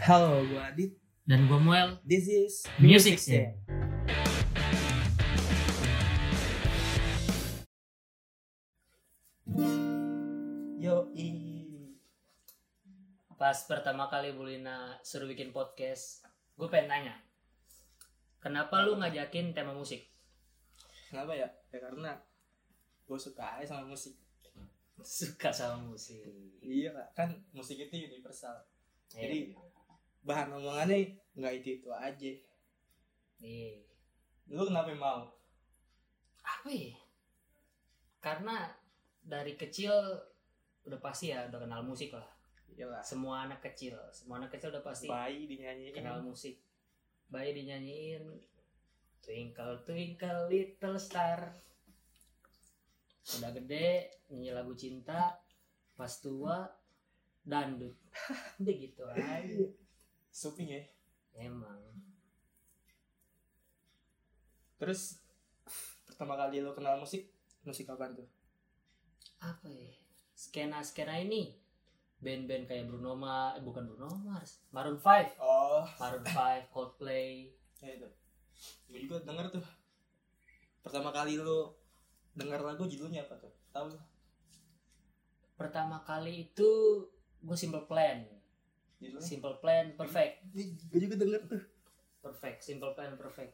Halo, gue Adit. Dan gue Muel. This is Music ya? Scene. Yo, Pas pertama kali Bulina suruh bikin podcast, gue pengen nanya. Kenapa lu ngajakin tema musik? Kenapa ya? Ya karena gue suka aja sama musik. Suka sama musik. Iya. Iya Kak. kan musik itu universal. Jadi, Bahan omongannya nggak itu itu aja. nih, Lu kenapa mau? Iya. apa ya? Karena dari kecil udah pasti ya udah kenal musik lah. Iyalah. Semua anak kecil, semua anak kecil udah pasti Iya, Bayi dinyanyiin. kenal musik. Bayi dinyanyiin Twinkle Twinkle Little Star. Udah gede nyanyi lagu cinta, pas tua dandut. Udah gitu aja. Iya. Suping ya. Emang. Terus pertama kali lu kenal musik, musik kapan tuh? apa ya skena-skena ini band-band kayak Bruno Mars bukan Bruno Mars Maroon 5 Oh, Maroon 5 Coldplay ya itu. Gue juga denger tuh. Pertama kali lu denger lagu judulnya apa tuh? Tahu? pertama kali itu gue Simple Plan Judulnya? Simple Plan perfect Gue juga denger tuh. perfect Simple Plan perfect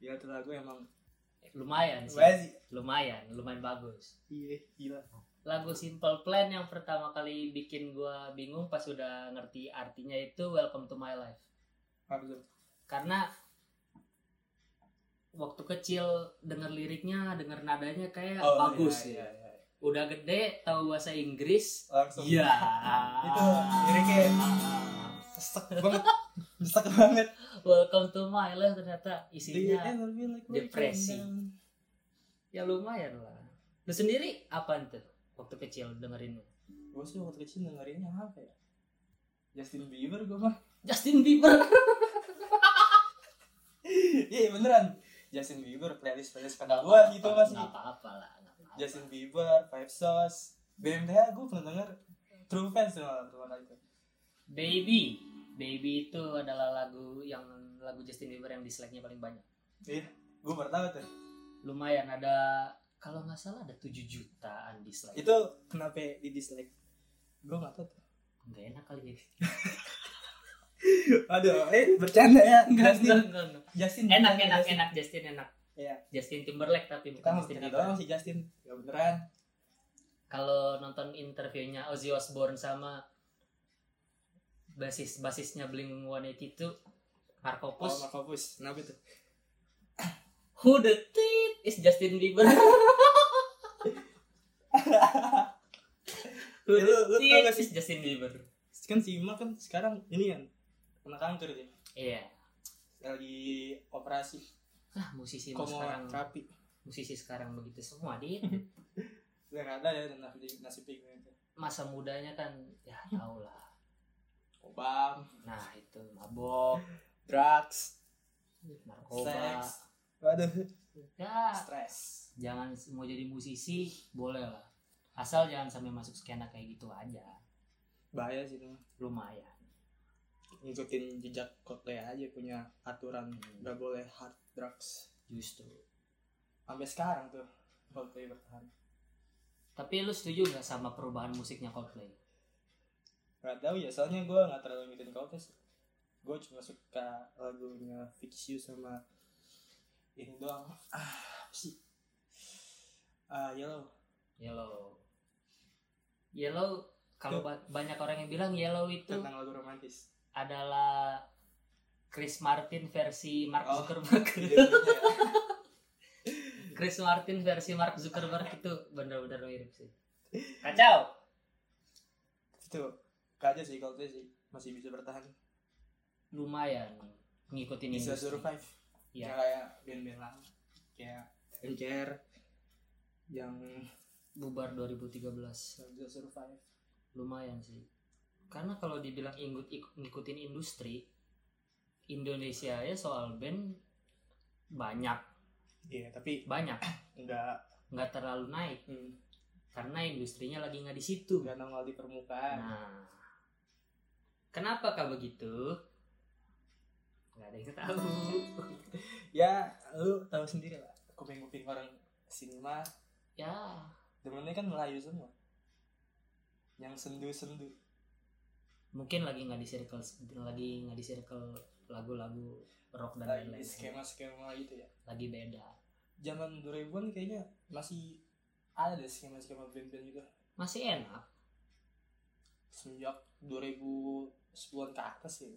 Gila tuh Ya, lagu emang lumayan sih Gua sih lumayan lumayan bagus Iya gila lagu Simple Plan yang pertama kali bikin gue bingung pas udah ngerti artinya itu Welcome to My Life Harus tuh. karena waktu kecil denger liriknya denger nadanya kayak Ya, bagus iya, iya, iya. udah gede tahu bahasa Inggris Ah, Langsung iya Itu, liriknya. ya? Sesek banget Sesek banget Iya. welcome to my life ternyata isinya ever feel like Iya. depresi. breaking down? ya lumayan lah lu sendiri apa tuh waktu kecil dengerin Gue sih waktu kecil dengerinnya apa ya Justin Bieber gue mah Justin Bieber Iya beneran Justin Bieber playlist playlist pada gue gitu masih nggak apa-apa lah nggak apa-apa. Justin Bieber Five Sauce BMTH gue pernah denger True Fans ya, tuh malah pertama kali itu baby baby itu adalah lagu yang lagu Justin Bieber yang dislike-nya paling banyak Iya gue baru tahu tuh lumayan ada kalau nggak salah ada 7 jutaan dislike Itu kenapa di dislike Gue gak tau tuh nggak enak kali ya Aduh eh bercanda ya Nggak, Justin nggak, nggak. Justin enak Bieber, enak Justin. enak Justin enak Iya. Justin Timberlake tapi Kita bukan harus Justin cerita Bieber doang si Justin Ya beneran kalau nonton interviewnya Ozzy Osbourne sama basis basisnya Blink 182 Marco Pus Pus Pus Kenapa tuh Who the tit is Justin Bieber Who Lu- lu the tau tit gak is Justin Bieber Kan si Ima kan sekarang ini kan Kena kanker dia iya Lagi operasi ah musisi sekarang Komoterapi musisi sekarang begitu semua dia Udah gak ada ya nasib, nasib pigmen itu masa mudanya kan ya tau lah Obam nah itu mabok Drugs narkoba Seks. Waduh ya Stres jangan mau jadi musisi boleh lah asal jangan sampai masuk skena kayak gitu aja Bahaya sih itu lumayan Ngikutin jejak Coldplay aja punya aturan Gak boleh hard drugs justru Sampai sekarang tuh Coldplay bertahan tapi lu setuju nggak sama perubahan musiknya Coldplay Gak tau ya soalnya gue gak terlalu ngikutin Coldplay sih Gue cuma suka lagunya Fix You sama Ini doang Ah apa sih Ah Yellow Yellow Yellow kalau ba- banyak orang yang bilang Yellow itu Tentang lagu romantis adalah Chris Martin versi Mark Oh. Zuckerberg Videonya ya. Chris Martin versi Mark Zuckerberg itu bener-bener mirip sih kacau Itu Gak aja sih Coldplay sih Masih bisa bertahan lumayan ngikutin Bisa industri. survive Iya. Ya kayak band-band lama Kayak MCR Yang bubar 2013 bisa survive lumayan sih karena kalau dibilang ingut ik- ngikutin industri Indonesia ya soal band banyak Iya tapi banyak Gak nggak terlalu naik hmm, Iya. karena industrinya lagi nggak di situ Gak nongol di permukaan nah Kenapa kak begitu? Gak ada yang tahu. ya lu tahu sendiri lah kuping-kuping orang sini mah ya, demennya kan Melayu semua yang sendu-sendu mungkin lagi nggak di circle, lagi nggak di circle lagu-lagu rock dan lagi lain-lain. skema-skema gitu ya Lagi beda. zaman 2000-an kayaknya masih ada deh skema-skema band-band gitu Masih enak. sejak 2010-an ke atas ya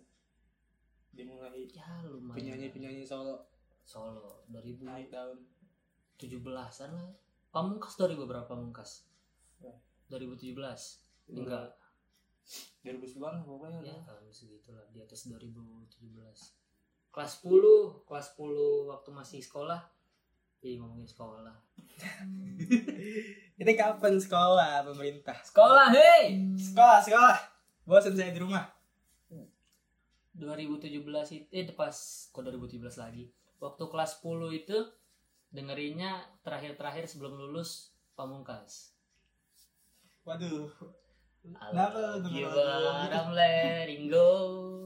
dimulai Ya lumayan. penyanyi-penyanyi solo Solo naik 2017-an daun lah. Pamungkas 2000 berapa pamungkas? Ya. 2017. Iya. Enggak. 2010-an lah pokoknya ya udah. tahun segitulah di atas 2017 kelas 10 kelas 10 waktu masih sekolah jadi ngomongin sekolah Ini kapan sekolah pemerintah? sekolah hei Sekolah, sekolah. Bosan saya di rumah. 2017 itu eh pas kok 2017 lagi waktu kelas 10 itu dengerinnya terakhir-terakhir sebelum lulus pamungkas Waduh. Kenapa lu Alam denger jiwa lagu Ramle Ringo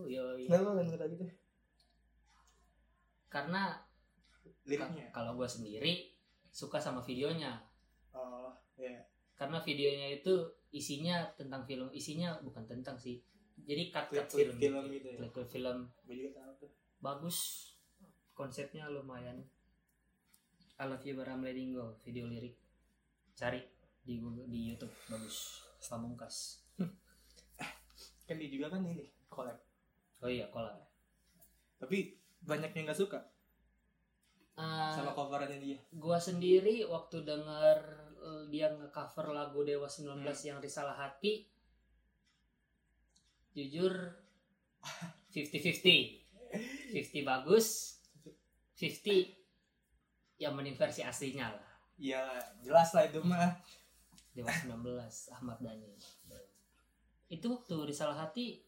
yoi. gitu? Kenapa lu denger lagu gitu? karena Liriknya. kalau gua sendiri suka sama videonya Oh, iya. karena videonya itu isinya tentang film isinya bukan tentang sih jadi cut cut Klip-klip film film gitu ya. Klip-klip film Gue juga tahu tuh. bagus konsepnya lumayan I love you but I'm letting go video lirik cari di Google- di YouTube bagus pamungkas Kan dia juga kan ini collab. oh iya kolab Tapi banyak yang gak suka sama Eh coverannya dia. gua sendiri waktu denger eh, dia nge-cover lagu Dewa 19 yang Risalah Hati jujur 50-50 50 bagus 50 yang mending versi aslinya lah Ya, jelas lah itu mah. Dewa 19 Ahmad Dhani itu waktu Risalah Hati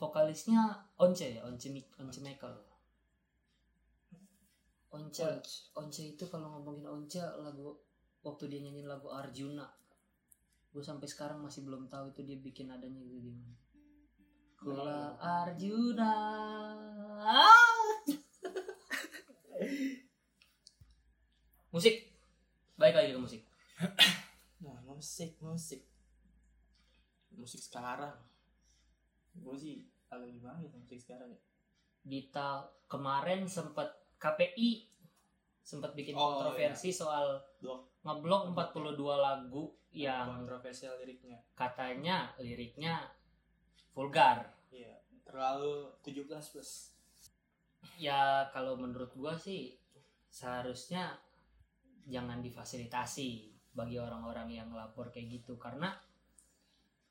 vokalisnya Once ya Once, Mi- Once Michael Once Once itu kalau ngomongin Once lagu waktu dia nyanyiin lagu Arjuna gue sampai sekarang masih belum tahu itu dia bikin adanya gitu gimana Kula Iya. Arjuna musik baik lagi ke musik Nah, musik, musik. Musik sekarang. Gue sih agak gimana ya sama musik sekarang ya. di ta- kemarin sempat KPI sempat bikin Oh, kontroversi soal Blok. ngeblok 42 lagu yang Kontroversial liriknya. katanya liriknya vulgar. Iya, terlalu 17 plus. Ya kalau menurut gua sih seharusnya jangan difasilitasi bagi orang-orang yang lapor kayak gitu karena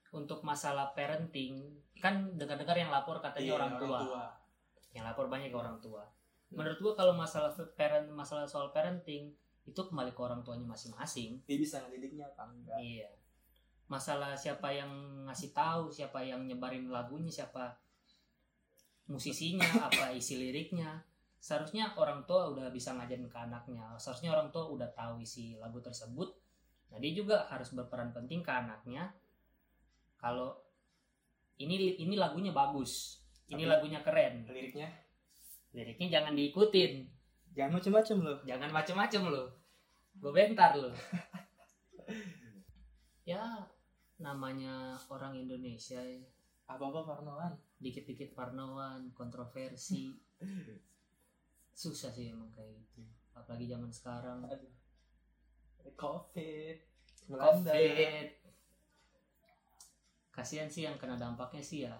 untuk masalah parenting kan dengar-dengar yang lapor katanya Iya, orang, tua. yang lapor banyak ke orang tua. Hmm. Menurut gua kalau masalah parent masalah soal parenting itu kembali ke orang tuanya masing-masing. Dia bisa ngedidiknya apa enggak? Iya. Masalah siapa yang ngasih tahu, siapa yang nyebarin lagunya, siapa musisinya, apa isi liriknya. Seharusnya orang tua udah bisa ngajarin ke anaknya. Seharusnya orang tua udah tahu isi lagu tersebut. Nah, dia juga harus berperan penting ke anaknya. Kalau ini ini lagunya bagus, ini Tapi- lagunya keren. Liriknya Liriknya jangan diikutin, jangan macam-macam loh. jangan macem-macem lo gue bentar lo ya namanya orang Indonesia ya. Apa-apa Parnoan. dikit-dikit parnoan kontroversi susah sih emang kayak gitu apalagi zaman sekarang Aduh. Covid. Melanda. covid kasihan sih yang kena dampaknya sih ya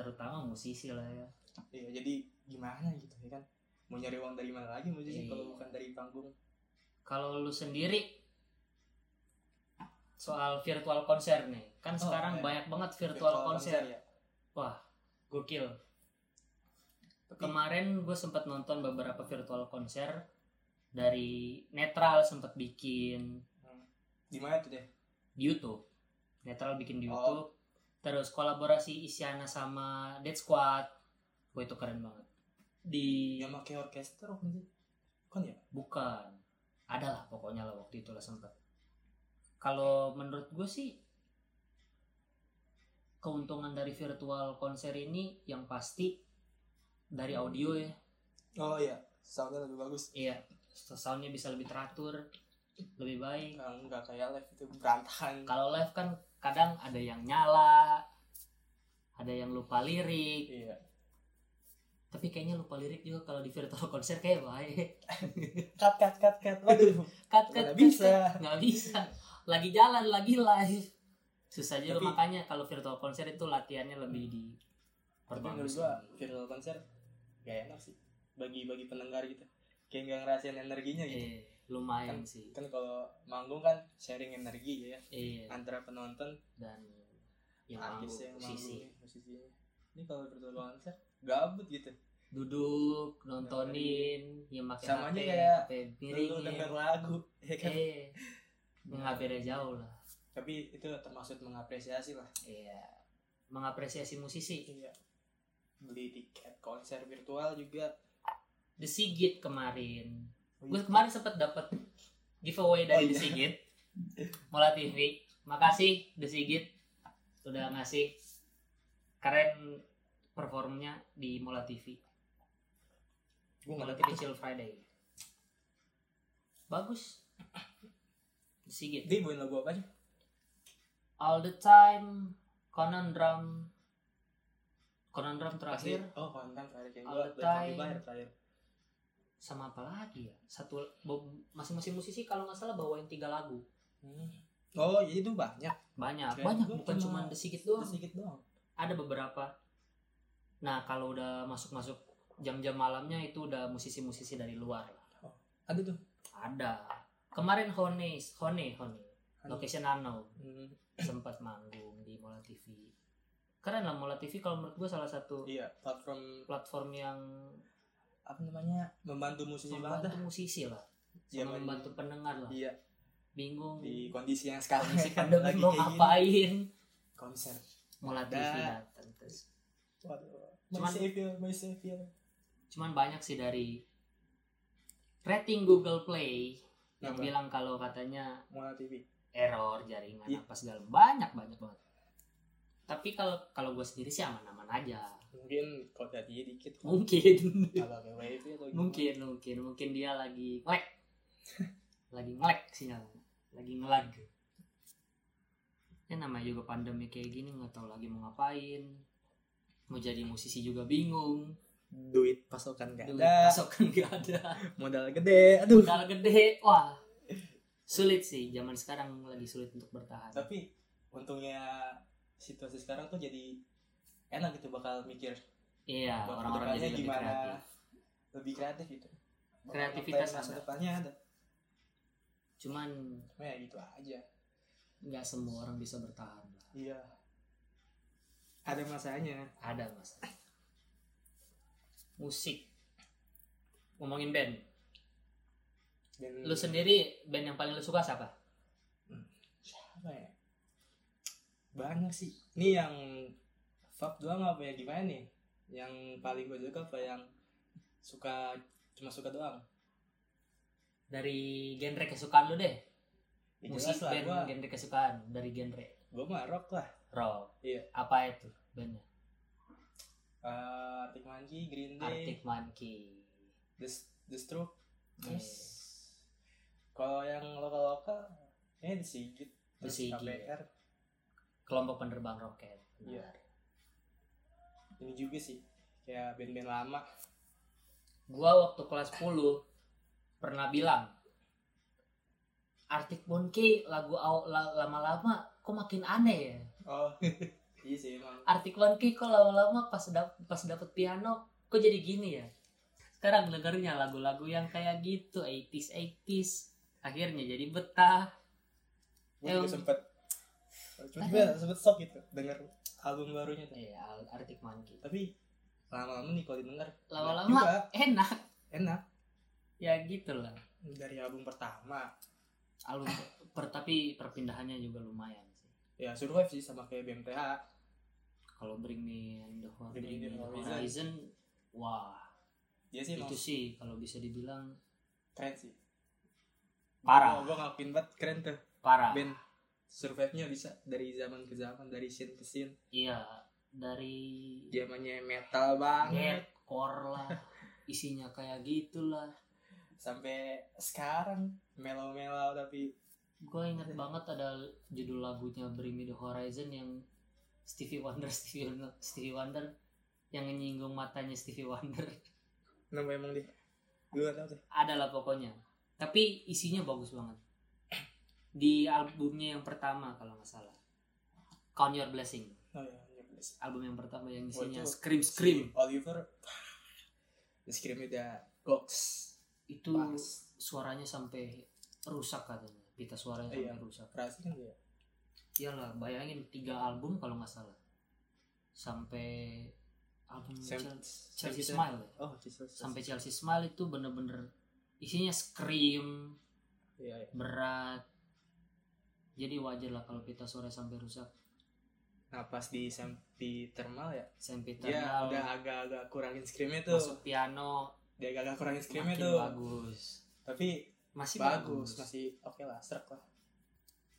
terutama musisi lah ya Iya, jadi gimana gitu ya kan? Mau nyari uang dari mana lagi musisi Iya. kalau bukan dari panggung? kalau lu sendiri soal virtual konser nih kan Oh, iya. sekarang banyak banget virtual, konser ya. gokil Tapi kemarin gue sempat nonton beberapa virtual konser dari netral sempat bikin di mana tuh deh? di YouTube netral bikin di Oh. YouTube terus kolaborasi Isyana sama Dead Squad gue itu keren banget di Yang pakai orkester waktu itu. Kan ya? bukan ada lah pokoknya lah waktu itulah sempat kalau menurut gue sih keuntungan dari virtual konser ini yang pasti dari audio ya oh iya soundnya lebih bagus iya soundnya bisa lebih teratur lebih baik Nah, nggak kayak live itu berantakan kalau live kan kadang ada yang nyala ada yang lupa lirik iya tapi kayaknya lupa lirik juga kalau di virtual konser kayak baik cut cut cut cut waduh cut cut nggak cut, bisa cut. nggak bisa lagi jalan lagi live susah juga Tapi- makanya kalau virtual konser itu latihannya lebih di tapi menurut gua virtual konser gak enak sih bagi bagi pendengar gitu kayak nggak ngerasain energinya gitu eh, lumayan sih kan kalau manggung kan sharing energi ya eh, antara penonton dan artis yang yang manggung manggung musisi ya, musisinya ini kalau virtual konser gabut gitu duduk nontonin ya yang pakai Sama aja HP, kayak HP lu miringnya denger lagu ya kan eh nggak beda jauh lah tapi itu termasuk mengapresiasi lah iya mengapresiasi musisi iya beli tiket konser virtual juga The Sigit kemarin gue kemarin sempat dapat Oh, giveaway iya. dari The Sigit Mola TV makasih The Sigit udah ngasih keren performnya di Mola TV gue Mola nggak TV ngerti Chill Friday bagus The Sigit dia bawain lagu apa sih All the Time Conundrum Conundrum terakhir oh konten terakhir kayak All gue the terakhir time. terakhir sama apa lagi ya satu bo- masing-masing musisi kalau nggak salah bawain tiga lagu Hmm. oh jadi itu banyak banyak Kayak banyak gua bukan cuma cuma The Sigit doang sedikit doang ada beberapa nah kalau udah masuk-masuk jam-jam malamnya itu udah musisi-musisi dari luar ada tuh ada kemarin Hone Hone Hone Location Unknown Hmm, sempat manggung di Mola TV keren lah Mola TV kalau menurut gue salah satu iya platform platform yang apa namanya membantu musisi banget dah membantu musisi lah sama Zaman- membantu pendengar lah iya bingung di kondisi yang sekarang kondisi kan pandemi mau ngapain gini. konser Mola Ada. TV datang terus waduh my Cuman- savior my savior cuman banyak sih dari rating Google Play yang Apa? bilang kalau katanya Mola TV error jaringan Iya. apa segala banyak banyak banget tapi kalau kalau gue sendiri sih aman-aman aja mungkin kodratnya dikit mungkin kalau kayak wifi atau gimana. mungkin mungkin mungkin dia lagi ngelek lagi ngelek sinyal lagi ngelag ya namanya juga pandemi kayak gini nggak tahu lagi mau ngapain mau jadi musisi juga bingung duit pasokan gak Duit ada pasokan nggak ada modal gede aduh modal gede wah sulit sih zaman sekarang lagi sulit untuk bertahan tapi untungnya situasi sekarang tuh jadi enak gitu bakal mikir iya buat orang-orang kedepannya jadi lebih gimana kreatif lebih kreatif gitu Bakal Kreativitas ngapain masa ada. depannya ada cuman Cuma ya gitu aja nggak semua orang bisa bertahan lah iya ada masanya ada mas musik ngomongin band dan lu sendiri band yang paling lu suka siapa apa ya banyak sih ini yang fab doang apa ya gimana nih yang paling gue suka apa yang suka cuma suka doang dari genre kesukaan lu deh Ya, musik jelas lah band gue genre kesukaan dari genre gue mah rock lah rock Iya. apa itu bandnya Eh, Arctic Monkey Green Day Arctic Monkey The The Stroke terus Yes. kalau yang lokal lokal eh The Sigit The terus Sigit. KPR kelompok penerbang roket Iya. ini juga sih kayak band-band lama gua waktu kelas 10 pernah bilang Arctic Monkey lagu aw- la- lama-lama kok makin aneh ya oh iya sih emang Arctic Monkey kok lama-lama pas dap pas dapet piano kok jadi gini ya sekarang dengernya lagu-lagu yang kayak gitu 80s 80s akhirnya jadi betah gue juga Em. sempet cuma gue sempet shock gitu denger album barunya tuh ya Arctic Monkey tapi lama-lama nih kalau didengar enak lama-lama juga. enak enak ya gitulah dari album pertama album per- tapi perpindahannya juga lumayan sih ya survive sih sama kayak BMTH kalau Bring Me the, Hor- Bring Me the Bring Me the Horizon. Horizon wah dia sih emang itu sih kalau bisa dibilang keren sih Parah. gue ngakuin banget keren tuh parah band survive-nya bisa dari zaman ke zaman dari scene ke scene iya dari zamannya metal banget hardcore lah isinya kayak gitulah Iya. sampai sekarang melo-melo tapi gue ingat Iya. banget ada judul lagunya Bring Me The Horizon yang Stevie Wonder Stevie Wonder, Stevie Wonder yang nyinggung matanya Stevie Wonder nama emang dia gue gak tau deh adalah pokoknya tapi isinya bagus banget di albumnya yang pertama kalau nggak salah Count Your Blessing oh iya iya, please. album yang pertama yang Oh, isinya itu Scream Scream Si Oliver The Scream udah goks itu pas suaranya sampai rusak katanya pita suaranya Iya. sampai rusak Frasi kan dia iyalah bayangin tiga album kalau nggak salah sampai album Sam- Chel- Chelsea Sam- Smile ya? oh Chelsea Smile. sampai Chelsea Smile itu bener-bener isinya scream iya iya. berat jadi wajar lah kalau pita suara sampai rusak nah pas di sam- di thermal ya sampai dia terkenal udah agak-agak kurangin screamnya tuh Iya. masuk piano dia agak-agak kurangin screamnya makin tuh bagus tapi masih bagus, bagus, masih oke lah serak lah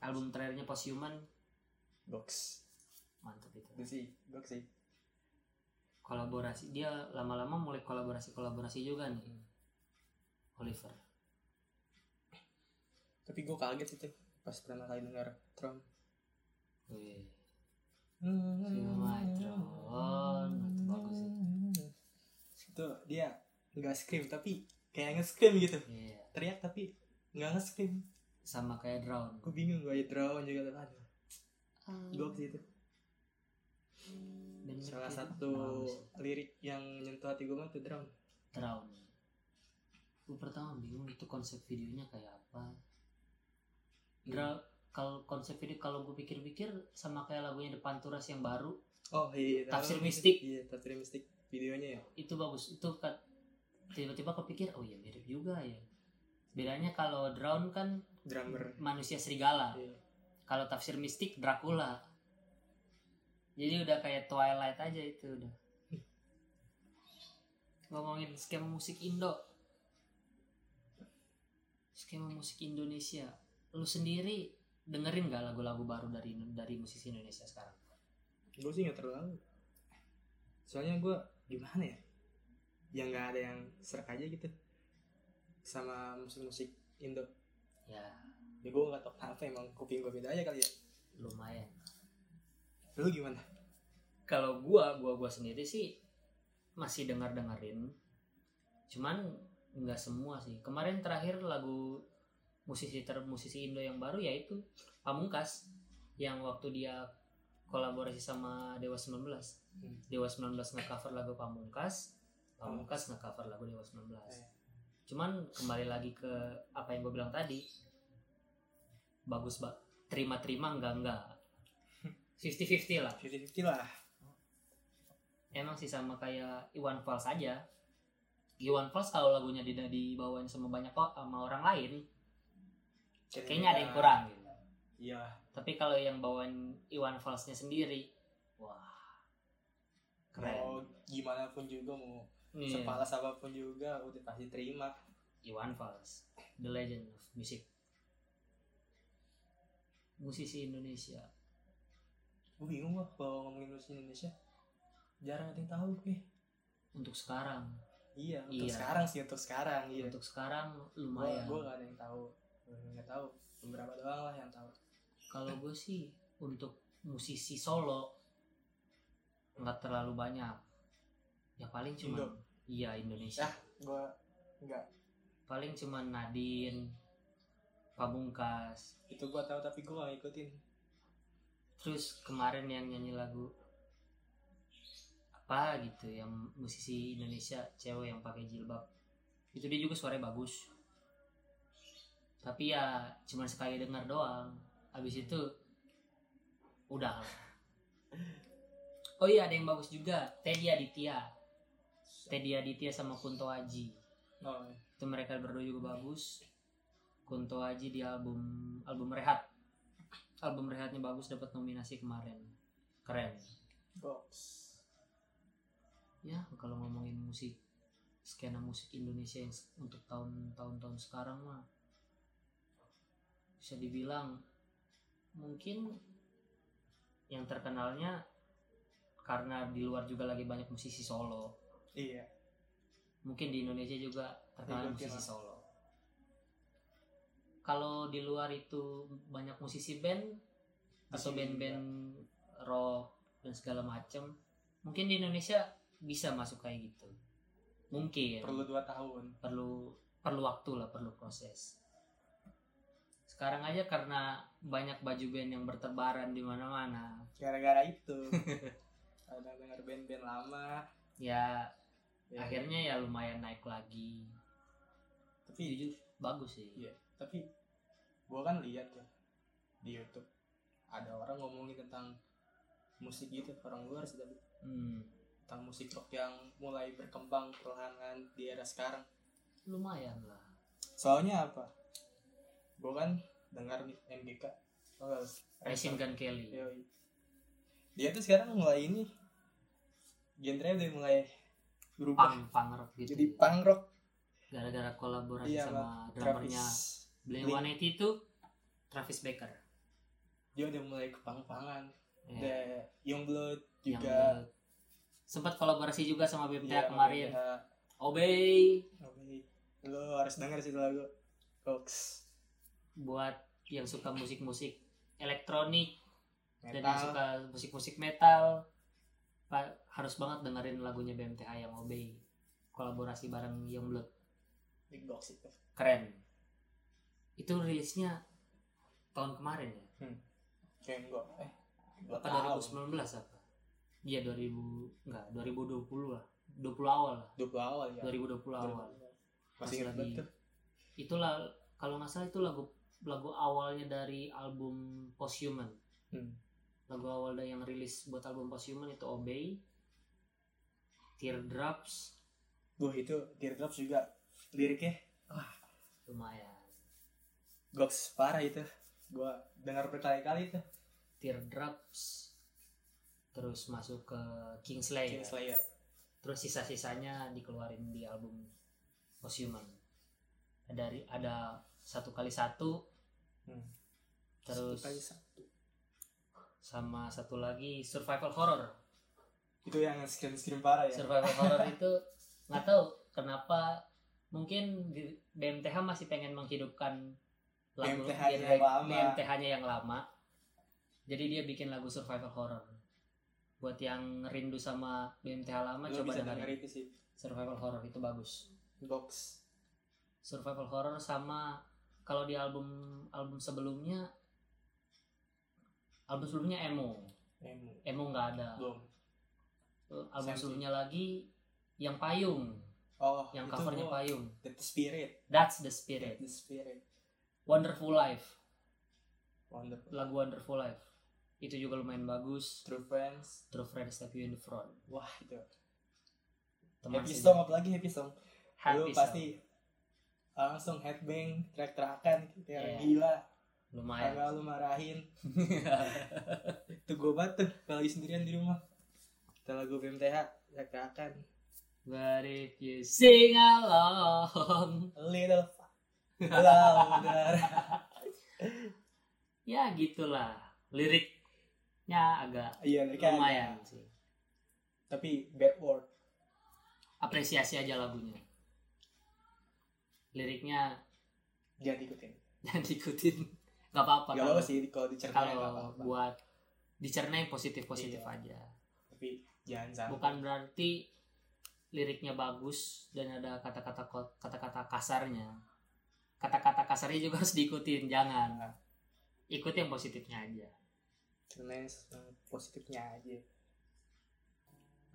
album terakhirnya Poshuman goks mantap itu itu sih goks sih kolaborasi dia lama-lama mulai kolaborasi kolaborasi juga nih Hmm. Oliver tapi gue kaget itu pas pertama kali denger Tron Wih. Tron, itu bagus sih. itu dia nggak scream tapi kayak nge-scream gitu Iya. teriak tapi nggak nge-scream sama kayak Drown gue bingung gue draw juga tuh aduh gue sih itu Dan salah itu satu bagus. lirik yang nyentuh hati gue mah tuh drown Drown gue pertama bingung itu konsep videonya kayak apa Hmm. Drown kalau konsep video kalau gue pikir-pikir sama kayak lagunya The Panturas yang baru oh iya iya, Tafsir Drown. mistik. iya tafsir mistik videonya ya itu bagus itu kat- tiba-tiba kepikir oh iya mirip juga ya bedanya kalau Drown kan drummer manusia serigala Iya. kalau tafsir mistik Dracula jadi udah kayak Twilight aja itu udah ngomongin skema musik Indo skema musik Indonesia lu sendiri dengerin gak lagu-lagu baru dari dari musisi Indonesia sekarang gue sih nggak terlalu soalnya gue gimana ya yang nggak ada yang serak aja gitu sama musik-musik Indo ya ya gue nggak tau kenapa emang kuping gue beda aja kali ya lumayan lu gimana kalau gua gua gua sendiri sih masih dengar dengerin cuman nggak semua sih kemarin terakhir lagu musisi ter musisi Indo yang baru yaitu Pamungkas yang waktu dia kolaborasi sama Dewa 19 Hmm. Dewa 19 nge-cover lagu Pamungkas Pamungkas nge-cover lagu Dewa 19 Eh. cuman kembali lagi ke apa yang gue bilang tadi bagus ba terima-terima enggak enggak 50-50 lah fifty fifty lah emang sih sama kayak Iwan Fals aja Iwan Fals kalau lagunya tidak dibawain sama banyak kok sama orang lain kayaknya ada yang kurang gitu iya tapi kalau yang bawain Iwan Falsnya sendiri wah keren mau gimana pun juga mau Nih, sepalas apapun juga udah pasti terima Iwan Fals the legend of music musisi Indonesia gue bingung gue kalau ngomongin musik Indonesia jarang ada yang tahu gue untuk sekarang iya untuk Iya. sekarang sih untuk sekarang iya untuk sekarang gue lumayan gue gak ada yang tahu Bener-bener nggak tahu beberapa doang lah yang tahu kalau gue sih untuk musisi solo nggak terlalu banyak ya paling cuma Indo. iya Indonesia Ah. gue nggak paling cuma Nadine Pamungkas itu gue tahu tapi gue gak ngikutin terus kemarin yang nyanyi lagu apa gitu yang musisi Indonesia cewek yang pakai jilbab itu dia juga suaranya bagus tapi ya cuma sekali dengar doang habis itu udah oh iya ada yang bagus juga Teddy Aditya Teddy Aditya sama Kunto Aji oh, itu mereka berdua juga bagus Kunto Aji di album album Rehat album Rehatnya bagus dapat nominasi kemarin keren box ya kalau ngomongin musik skena musik Indonesia yang se- untuk tahun-tahun tahun sekarang mah bisa dibilang mungkin yang terkenalnya karena di luar juga lagi banyak musisi solo iya mungkin di Indonesia juga Iya, terkenal musisi kira. solo kalau di luar itu banyak musisi band atau sini band-band rock dan segala macam mungkin di Indonesia bisa masuk kayak gitu mungkin juga perlu dua tahun perlu perlu waktu lah perlu proses sekarang aja karena banyak baju band yang bertebaran di mana-mana gara-gara itu ada dengar band-band lama ya ya. akhirnya ya lumayan naik lagi tapi Jujur, bagus sih Iya. tapi gua kan lihat tuh di YouTube ada orang ngomongin tentang musik gitu orang luar sih tapi Hmm, tentang musik rock yang mulai berkembang perlahan-lahan di era sekarang lumayan lah soalnya apa gua kan dengar nih MGK tau gak lu? Racing Gun Kelly Yoi. dia tuh sekarang mulai ini genre udah mulai berubah punk punk rock gitu jadi punk rock gara-gara kolaborasi Iya, sama drummernya Travis Blink Blink. 182 itu Travis Baker dia udah mulai kepang-pangan ya, udah Youngblood yang juga ber- sempat kolaborasi juga sama BMTA Iya, kemarin ada- Obey Oke, lo harus denger sih itu lagu Cox buat yang suka musik-musik elektronik dan yang metal suka musik-musik metal pa- harus banget dengerin lagunya BMTH yang Obey kolaborasi bareng Youngblood big box itu keren itu rilisnya tahun kemarin ya kayak enggak eh enggak apa tahu 2019 apa iya 2000 enggak 2020 lah 20 awal lah 20 awal ya 2020 awal masih Masih ingat lagi. banget tuh itulah kalau nggak salah itu lagu lagu awalnya dari album Posthuman Hmm. lagu awal dari yang rilis buat album Posthuman itu Obey Teardrops Wah itu Teardrops juga liriknya lumayan Gox parah itu gua dengar berkali-kali itu Teardrops terus masuk ke Kingslayer, Kingslayer terus sisa-sisanya dikeluarin di album Posthuman dari ada satu kali satu Hmm. terus Satu kali satu. sama satu lagi survival horror itu yang screen screen parah ya survival horror itu nggak tahu kenapa mungkin di- BMTH masih pengen menghidupkan lagu BMTH -nya yang lama. BMTH-nya yang lama jadi dia bikin lagu survival horror buat yang rindu sama BMTH lama lo coba bisa denger dengerin itu sih survival horror itu bagus Gox survival horror sama kalau di album album sebelumnya album sebelumnya emo Emo emo nggak ada belum album Same sih. sebelumnya lagi yang payung oh yang itu covernya gua- payung The Spirit That's the Spirit The Spirit Wonderful Life Wonderful lagu Wonderful Life itu juga lumayan bagus True Friends True Friends Step You in the Front wah itu Teman happy Sejati. song apalagi happy song Happy lu Song. pasti langsung headbang teriak-teriakan kayak orang Iya. gila lumayan agak lu marahin itu gue banget tuh kalau lagi sendirian di rumah kita lagu BMTH teriak-teriakan But if you sing along little fuck louder ya gitulah liriknya agak iya mereka lumayan sih tapi bad word apresiasi aja lagunya liriknya jangan ikutin jangan diikutin nggak apa-apa gak kalau- apa sih kalau dicerna gak kalau apa-apa buat dicerna yang positif positif Iya. aja tapi jangan sampai bukan berarti liriknya bagus dan ada kata-kata ko- kata-kata kasarnya kata-kata kasarnya juga harus diikutin jangan Nah, ikut yang positifnya aja cernain yang positifnya aja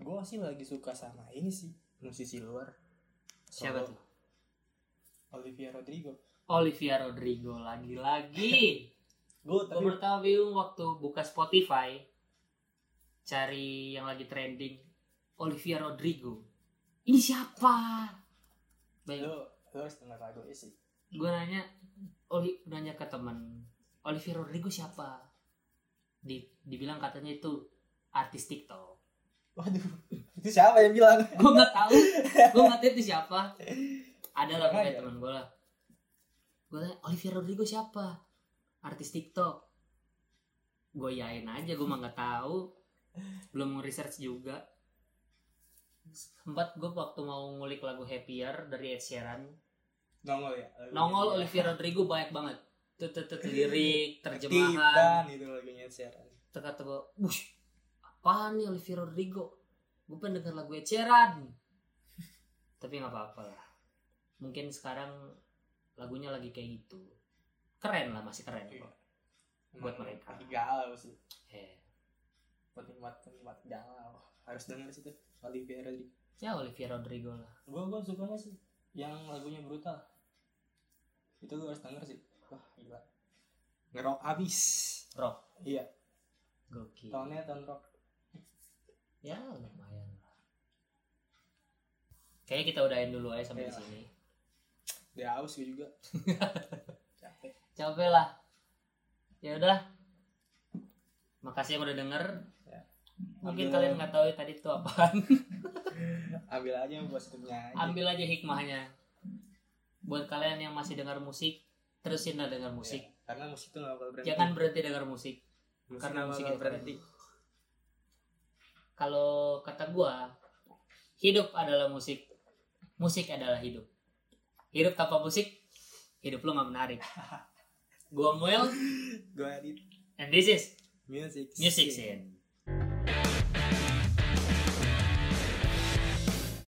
gue sih lagi suka sama ini sih musisi luar siapa Solo, tuh Olivia Rodrigo Olivia Rodrigo gue lagi-lagi gue tapi pertama bingung waktu buka Spotify cari yang lagi trending Olivia Rodrigo ini siapa Baik, lo lo harus dengar lagu ini sih gue nanya Oli nanya ke teman Olivier Rodrigo siapa Di- dibilang katanya itu artis TikTok waduh itu siapa yang bilang gue nggak tahu gue nggak tahu itu siapa ada lah Makanya. kayak teman gue lah gue tanya Olivier Rodrigo siapa artis TikTok goyain aja gue mah nggak tahu belum research juga sempat gue waktu mau ngulik lagu Happier dari Ed Sheeran nongol ya lagunya. nongol Olivia Rodrigo banyak banget tutut lirik terjemahan Titan itu lagunya Ed Sheeran kata gue bush apaan nih Olivia Rodrigo gue pengen denger lagu Ed Sheeran tapi nggak apa-apa lah mungkin sekarang lagunya lagi kayak gitu keren lah masih keren Iya. kok Buat Emang mereka. lagi Hmm. galau sih Eh, buat nikmat nikmat galau harus denger sih tuh Olivia Rodrigo ya Olivia Rodrigo lah gue gue sukanya sih yang lagunya brutal itu lu harus denger sih wah gila ngerok abis rock iya gokil tahunnya tahun rock ya lumayan lah kayaknya kita udahin dulu aja sampai di Iya. sini dia haus gue juga capek capek lah ya udah makasih yang udah denger Ya. mungkin Ambil- kalian nggak tahu tadi itu apaan ambil aja yang positifnya aja Iya. ambil aja hikmahnya buat kalian yang masih dengar musik terusin lah dengar Iya, musik karena musik itu gak bakal berhenti jangan berhenti dengar musik musik karena nggak musik ya, bakal itu berhenti kalau kata gua hidup adalah musik musik adalah hidup hidup tanpa musik hidup lo nggak menarik gua Muel gue edit and this is music music scene